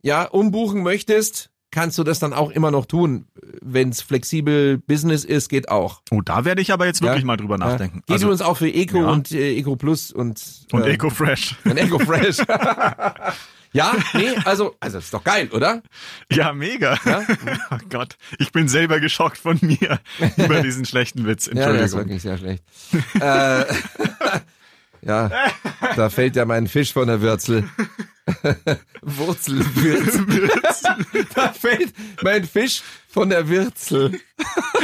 ja umbuchen möchtest, kannst du das dann auch immer noch tun. Wenn es flexibel Business ist, geht auch.
Oh, da werde ich aber jetzt wirklich
Ja.
mal drüber nachdenken.
Geht
Also-
übrigens auch für Eco
Ja.
und äh, Eco Plus und,
und
äh,
Eco Fresh.
und Eco Fresh. ja, nee, also, also ist doch geil, oder?
Ja, mega.
Ja?
oh Gott, ich bin selber geschockt von mir über diesen schlechten Witz.
Ja, der
Entschuldigung.
ist wirklich sehr schlecht. äh, ja, da fällt ja mein Fisch von der Wurzel. Wurzelwürzel. da fällt mein Fisch von der Wurzel.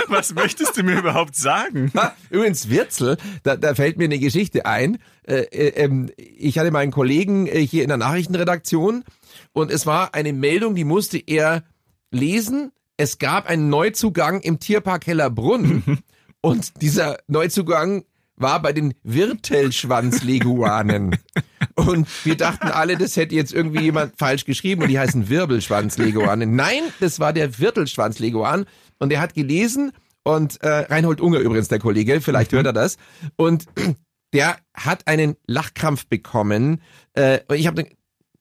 Was möchtest du mir überhaupt sagen?
Übrigens, Wurzel, da, da fällt mir eine Geschichte ein. Äh, äh, ähm, ich hatte meinen Kollegen äh, hier in der Nachrichtenredaktion und es war eine Meldung, die musste er lesen. Es gab einen Neuzugang im Tierpark Hellerbrunn und dieser Neuzugang war bei den Wirtelschwanzleguanen. Und wir dachten alle, das hätte jetzt irgendwie jemand falsch geschrieben und die heißen Wirbelschwanzleguane. Nein, das war der Wirtelschwanzleguan und er hat gelesen und äh, Reinhold Unger übrigens, der Kollege, vielleicht hört er das. Und der hat einen Lachkrampf bekommen. Äh, und ich habe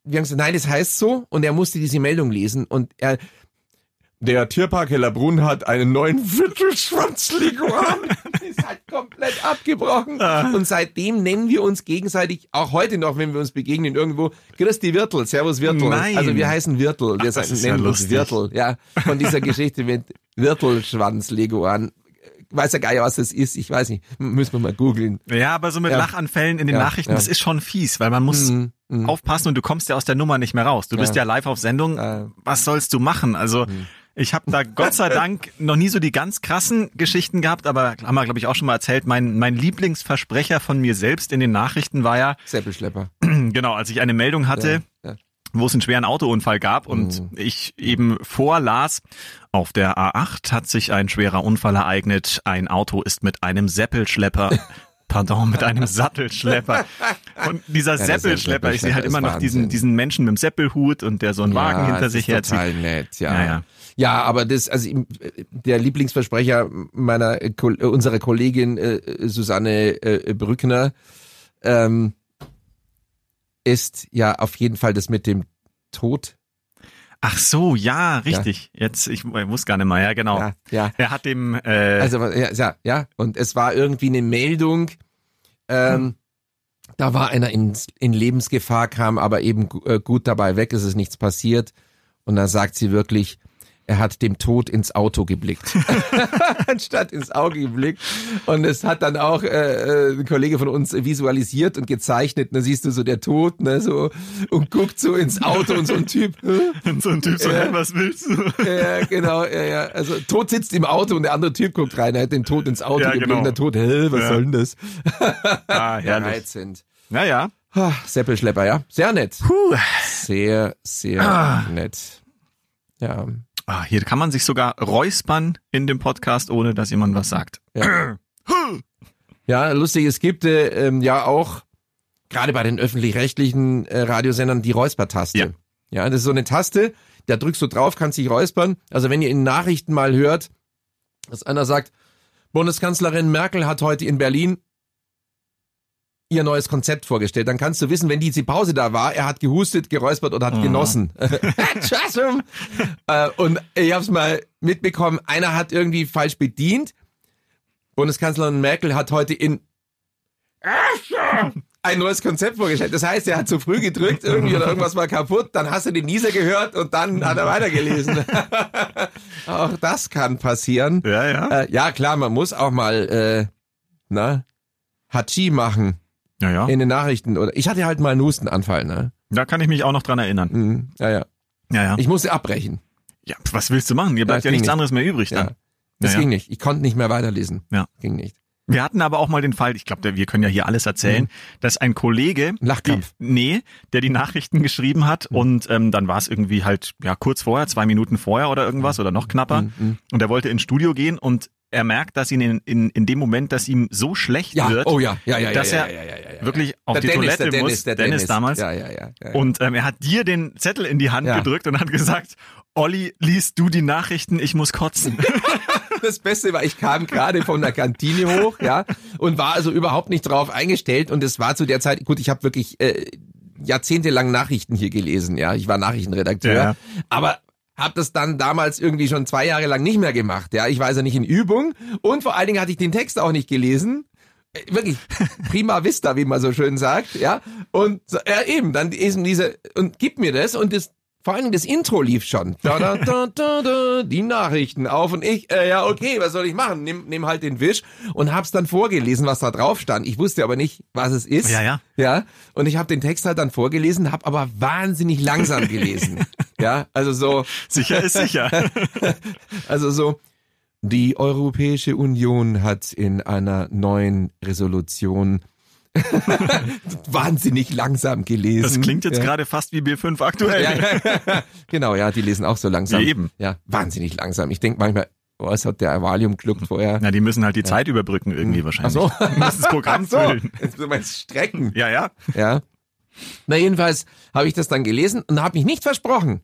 wir haben gesagt, nein, das heißt so. Und er musste diese Meldung lesen. Und er, der Tierpark Hellerbrunn hat einen neuen Viertelschwanzliguan. ist halt komplett abgebrochen. Und seitdem nennen wir uns gegenseitig, auch heute noch, wenn wir uns begegnen, irgendwo, Christi Wirtel, Servus Wirtel.
Nein.
Also wir heißen Wirtel. Wir
das
sagen,
ist ja
nennen uns
lustig.
Wirtel. Ja, von dieser Geschichte mit Wirtelschwanzliguan. Weiß ja gar nicht, was das ist. Ich weiß nicht. M- Müssen wir mal googeln.
Ja, aber so mit
Ja.
Lachanfällen in den
Ja,
Nachrichten,
ja. Mhm,
das ist schon fies, weil man muss aufpassen und du kommst ja aus der Nummer nicht mehr raus. Du bist ja live auf Sendung.
Ja. Mhm.
Was sollst du machen? Also ich habe da Gott sei Dank noch nie so die ganz krassen Geschichten gehabt, aber haben wir, glaube ich, auch schon mal erzählt, mein, mein Lieblingsversprecher von mir selbst in den Nachrichten war ja,
Seppelschlepper.
genau, als ich eine Meldung hatte,
Ja. Mhm.
wo es einen schweren Autounfall gab und ich eben vorlas, auf der A8 hat sich ein schwerer Unfall ereignet, ein Auto ist mit einem Seppelschlepper, pardon, mit einem Sattelschlepper. Und dieser
der
Seppelschlepper, ich sehe halt
Seppelschlepper
immer
ist
noch diesen,
Wahnsinn.
diesen Menschen mit dem Seppelhut und der so einen Wagen hinter
das
sich
ist
herzieht.
Total nett, ja.
Ja,
Ja,
ja.
aber das, also im- der Lieblingsversprecher meiner äh, Kol- äh, unserer Kollegin äh, Susanne äh, Brückner ähm, ist ja auf jeden Fall das mit dem Tod.
Ach so, ja, richtig. Jetzt, ich, ich muss gar nicht mal, ja, genau.
Ja, ja.
Er hat dem, äh,
Also ja, ja, ja. Und es war irgendwie eine Meldung. Ähm, Da war einer in, in Lebensgefahr, kam aber eben gu- äh, gut dabei weg, es ist nichts passiert. Und dann sagt sie wirklich, er hat dem Tod ins Auto geblickt. Anstatt ins Auge geblickt. Und es hat dann auch äh, äh, ein Kollege von uns visualisiert und gezeichnet. Da siehst du so der Tod, ne, so und guckt so ins Auto und so ein Typ. Hä?
so ein Typ so, hey, was willst du?
Ja, ja, genau, ja, ja. Also Tod sitzt im Auto und der andere Typ guckt rein, er hat den Tod ins Auto
Ja,
geblickt
genau.
und der Tod, hä, was
Ja.
soll denn das?
Ah, herrlich.
Reizend.
Naja.
Ah, Seppelschlepper, ja. Sehr nett. Sehr, sehr nett. Ja.
Ah, hier kann man sich sogar räuspern in dem Podcast, ohne dass jemand was sagt.
Ja, lustig, es gibt äh, ähm, ja auch, gerade bei den öffentlich-rechtlichen äh, Radiosendern, die Räuspertaste.
Ja.
Ja. ja, das ist so eine Taste, da drückst du drauf, kannst dich räuspern. Also wenn ihr in Nachrichten mal hört, dass einer sagt, Bundeskanzlerin Merkel hat heute in Berlin ihr neues Konzept vorgestellt. Dann kannst du wissen, wenn diese Pause da war, er hat gehustet, geräuspert und hat genossen. Entschuldigung. äh, und ich habe es mal mitbekommen, einer hat irgendwie falsch bedient. Bundeskanzlerin Merkel hat heute in ein neues Konzept vorgestellt. Das heißt, er hat zu früh gedrückt irgendwie oder irgendwas war kaputt, dann hast du den Nieser gehört und dann hat er weitergelesen. Auch das kann passieren.
Ja, ja.
Äh, ja, klar, man muss auch mal, äh, na, Hachi machen
Ja, ja.
in den Nachrichten. Oder ich hatte halt mal einen Hustenanfall, ne?
Da kann ich mich auch noch dran erinnern.
Mhm. Ja, ja.
Ja, ja.
Ich musste abbrechen.
ja pf, was willst du machen? Dir bleibt
das
ja
ging
nichts
nicht.
anderes mehr übrig
Ja.
dann.
Das
Ja, ja.
ging nicht. Ich konnte nicht mehr weiterlesen.
Ja.
Ging nicht.
Wir hatten aber auch mal den Fall, ich glaube, wir können ja hier alles erzählen,
Mhm.
dass ein Kollege,
Lachkampf.
Die, nee, der die Nachrichten geschrieben hat
Mhm.
und ähm, dann war es irgendwie halt ja kurz vorher, zwei Minuten vorher oder irgendwas
Mhm.
oder noch knapper und er wollte ins Studio gehen und er merkt, dass ihn in, in, in dem Moment, dass ihm so schlecht
Ja,
wird,
oh ja, ja, ja, ja,
dass
ja,
er
ja, ja, ja, ja, ja.
wirklich auf
der
die
Dennis,
Toilette
der Dennis,
muss,
der
Dennis, damals,
Ja, ja, ja. ja.
Und ähm, er hat dir den Zettel in die Hand
Ja.
gedrückt und hat gesagt, Olli, liest du die Nachrichten, ich muss kotzen.
das Beste war, ich kam gerade von der Kantine hoch, ja, und war also überhaupt nicht drauf eingestellt. Und es war zu der Zeit, gut, ich habe wirklich äh, jahrzehntelang Nachrichten hier gelesen, ja. Ich war Nachrichtenredakteur.
Ja.
Aber habe das dann damals irgendwie schon zwei Jahre lang nicht mehr gemacht. Ja, ich war also nicht in Übung und vor allen Dingen hatte ich den Text auch nicht gelesen. Äh, Wirklich prima vista, wie man so schön sagt, ja. Und so, ja, eben, dann eben diese und gib mir das und das vor allen Dingen das Intro lief schon. Da, da, da, da, da, die Nachrichten auf und ich, äh, ja, okay, was soll ich machen? Nimm, nimm halt den Wisch und hab's dann vorgelesen, was da drauf stand. Ich wusste aber nicht, was es ist.
Ja, ja.
Ja, und ich habe den Text halt dann vorgelesen, habe aber wahnsinnig langsam gelesen. ja, also so,
Sicher ist sicher.
also so, die Europäische Union hat in einer neuen Resolution wahnsinnig langsam gelesen.
Das klingt jetzt
Mhm. ja.
gerade fast wie B5 aktuell.
Ja. genau, ja, die lesen auch so langsam.
Ja, eben.
Ja, wahnsinnig langsam. Ich denke manchmal, oh, es hat der Valium gluckt vorher.
Na, die müssen halt die Zeit überbrücken irgendwie wahrscheinlich.
Mhm. so.
Müssen das Programm
So,
füllen.
jetzt du meinst strecken.
Ja, ja.
Ja. Na, jedenfalls habe ich das dann gelesen und habe mich nicht versprochen.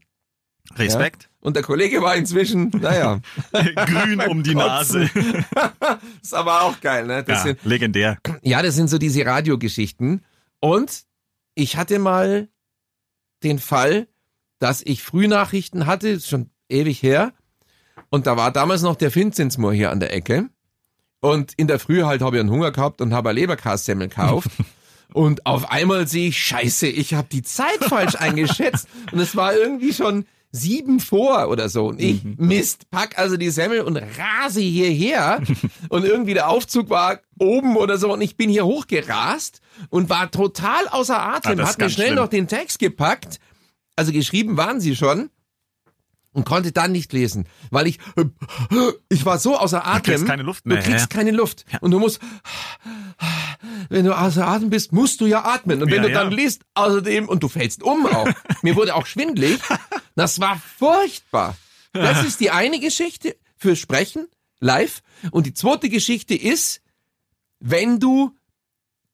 Respekt.
Und der Kollege war inzwischen, naja,
Grün um die Nase.
ist aber auch geil, ne? Das
Ja,
sind,
legendär.
ja, das sind so diese Radiogeschichten. Und ich hatte mal den Fall, dass ich Frühnachrichten hatte, ist schon ewig her. Und da war damals noch der Finzinsmoor hier an der Ecke. Und in der Früh halt habe ich einen Hunger gehabt und habe Leberkassemmel gekauft. und auf einmal sehe ich, scheiße, ich habe die Zeit falsch eingeschätzt. Und es war irgendwie schon sieben vor oder so. Und
Mhm.
ich, Mist, pack also die Semmel und rase hierher. und irgendwie der Aufzug war oben oder so. Und ich bin hier hochgerast und war total außer Atem.
Ah, das ist
Hat mir
ganz
schnell
schlimm.
noch den Text gepackt. Also geschrieben waren sie schon und konnte dann nicht lesen, weil ich ich war so außer Atem.
kriegst keine Luft mehr,
Du kriegst
ja.
keine Luft und du musst wenn du außer Atem bist, musst du ja atmen und wenn
Ja,
du
ja.
dann liest außerdem und du fällst um auch. Mir wurde auch schwindelig. Das war furchtbar. Das ist die eine Geschichte für sprechen live und die zweite Geschichte ist, wenn du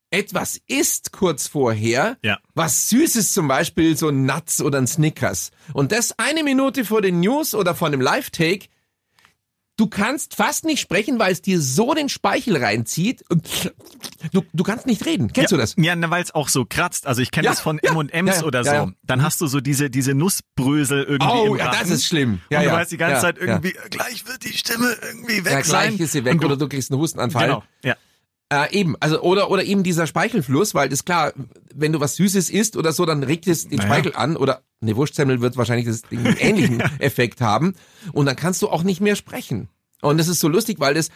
etwas isst kurz vorher,
Ja.
was Süßes zum Beispiel, so ein Nuts oder ein Snickers. Und das eine Minute vor den News oder vor einem Live-Take. Du kannst fast nicht sprechen, weil es dir so den Speichel reinzieht. Und du, du kannst nicht reden. Kennst
ja,
du das?
Ja, weil es auch so kratzt. Also ich kenne
Ja,
das von
ja,
M&M's
ja, ja,
oder so.
ja, ja.
Dann hast du so diese, diese Nussbrösel irgendwie
Oh,
im
ja, das
Rachen.
ist schlimm. Ja,
und du
ja,
weißt die ganze
ja,
Zeit
ja.
irgendwie, gleich wird die Stimme irgendwie weg
Ja,
sein.
gleich ist sie weg
Und du,
oder du kriegst einen Hustenanfall.
Genau, ja.
Äh, eben, also oder oder eben dieser Speichelfluss, weil das ist klar, wenn du was Süßes isst oder so, dann regt es den
Naja.
Speichel an oder eine Wurstsemmel wird wahrscheinlich das, den ähnlichen Effekt haben und dann kannst du auch nicht mehr sprechen. Und das ist so lustig, weil das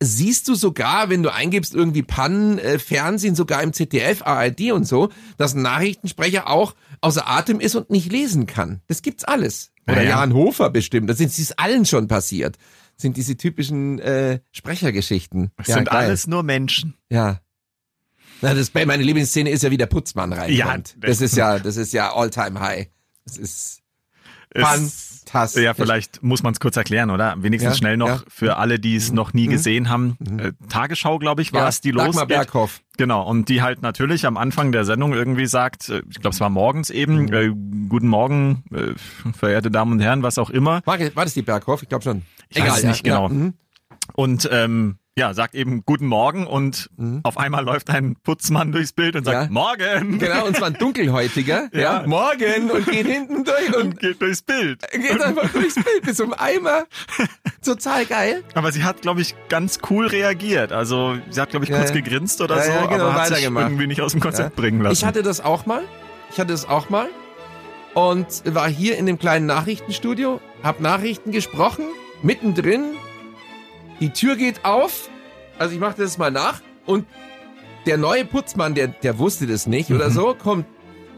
siehst du sogar, wenn du eingibst irgendwie Pannen, äh, Fernsehen, sogar im ZDF, ARD und so, dass ein Nachrichtensprecher auch außer Atem ist und nicht lesen kann. Das gibt's alles. Oder
Naja.
Jan Hofer bestimmt. Das ist, ist allen schon passiert. Das sind diese typischen äh, Sprechergeschichten.
Es
Ja,
sind
geil.
alles nur Menschen.
Ja. Na, das, meine Lieblingsszene ist ja, wie der Putzmann reinkommt.
Ja,
das ist ja, das ist ja all-time high. Das ist
Es-
fantastisch.
Ja, vielleicht muss man es kurz erklären, oder? Wenigstens
Ja,
schnell noch
ja.
für alle, die es noch nie gesehen haben. Äh, Tagesschau, glaube ich, war es, die los.
Dagmar Berghoff.
Genau, und die halt natürlich am Anfang der Sendung irgendwie sagt, äh, ich glaube, es war morgens eben, äh, guten Morgen, äh, verehrte Damen und Herren, was auch immer.
War, war das die Berghoff? Ich glaube schon.
Ich weiß es nicht
ja,
genau.
Ja, mhm.
Und ähm, ja, sagt eben guten Morgen und auf einmal läuft ein Putzmann durchs Bild und sagt
Ja.
Morgen
Genau, und zwar ein Dunkelhäutiger. ja.
Ja.
morgen und geht hinten durch und
und geht durchs Bild.
geht einfach durchs Bild bis zum Eimer. Total geil.
Aber sie hat, glaube ich, ganz cool reagiert. Also sie hat, glaube ich,
Ja,
kurz
ja.
gegrinst oder
Ja,
so,
ja, genau,
aber hat sich
weitergemacht.
irgendwie nicht aus dem Konzept
Ja.
bringen lassen.
Ich hatte das auch mal. Ich hatte das auch mal. Und war hier in dem kleinen Nachrichtenstudio, hab Nachrichten gesprochen, mittendrin. Die Tür geht auf. Also ich mache das mal nach. Und der neue Putzmann, der, der wusste das nicht oder so, kommt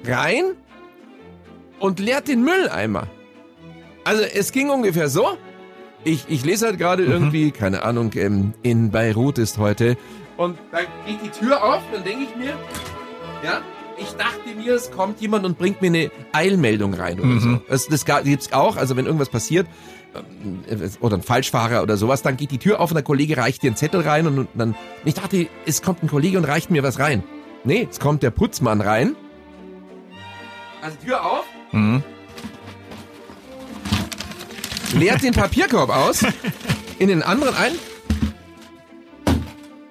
rein und leert den Mülleimer. Also es ging ungefähr so. Ich, ich lese halt gerade irgendwie, keine Ahnung, ähm, in Beirut ist heute. Und dann geht die Tür auf, dann denke ich mir, ja, ich dachte mir, es kommt jemand und bringt mir eine Eilmeldung rein oder so. Das, das ga- gibt's auch, also wenn irgendwas passiert ähm, äh, oder ein Falschfahrer oder sowas, dann geht die Tür auf und der Kollege reicht dir einen Zettel rein und, und dann, ich dachte, es kommt ein Kollege und reicht mir was rein. Nee, es kommt der Putzmann rein. Also Tür auf. Leert den Papierkorb aus, in den anderen ein.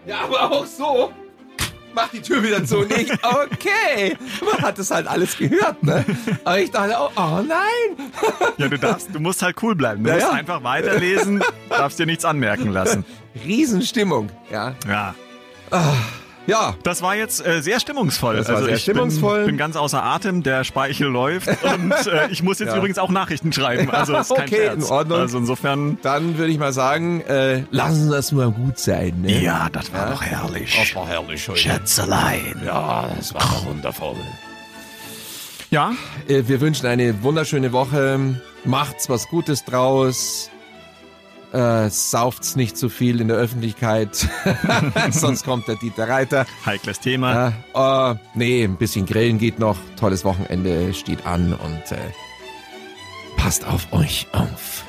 Ja, aber auch so. mach die Tür wieder zu. Und ich, okay. Man hat das halt alles gehört, ne? Aber ich dachte, oh, oh nein.
Ja, du darfst, du musst halt cool bleiben. Du
Ja,
musst
ja.
einfach weiterlesen, darfst dir nichts anmerken lassen.
Riesenstimmung, ja.
Ja.
Ja,
Das war jetzt äh, sehr stimmungsvoll. Also
Das war sehr
ich
stimmungsvoll.
Bin, bin ganz außer Atem, der Speichel läuft und äh, ich muss jetzt
Ja.
übrigens auch Nachrichten schreiben. Also ist kein
Okay,
Scherz.
in Ordnung.
Also insofern.
dann würde ich mal sagen, äh, lassen wir es mal gut sein, ne?
Ja, das war doch herrlich.
war herrlich heute.
Schätzelein.
Oh, Ja, das war doch wundervoll.
Ja,
Äh, Wir wünschen eine wunderschöne Woche. Macht's was Gutes draus. Äh, sauft's nicht zu viel in der Öffentlichkeit. Sonst kommt der Dieter Reiter.
heikles Thema.
Äh, äh, nee, ein bisschen grillen geht noch. Tolles Wochenende steht an und äh, passt auf euch auf.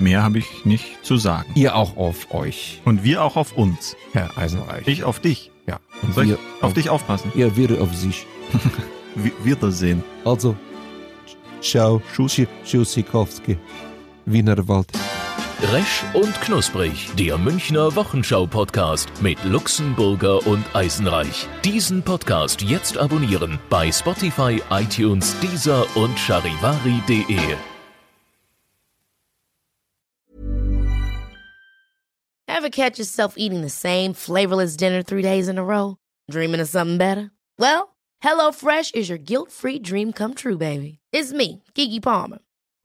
Mehr habe ich nicht zu sagen.
Ihr auch auf euch,
Und wir auch auf uns.
Herr Eisenreich.
Ich auf dich.
ja. Und
Soll
wir,
ich auf dich aufpassen?
Ihr wäre auf sich.
Wi- Wiedersehen.
Also, ciao. Tschüssi. Tschüssikowski. Wienerwald.
Resch und Knusprig, der Münchner Wochenschau-Podcast mit Luxemburger und Eisenreich. Diesen Podcast jetzt abonnieren bei Spotify, iTunes, Deezer und charivari.de.
Ever catch yourself eating the same flavorless dinner three days in a row? Dreaming of something better? Well, HelloFresh is your guilt free dream come true, baby. It's me, Gigi Palmer.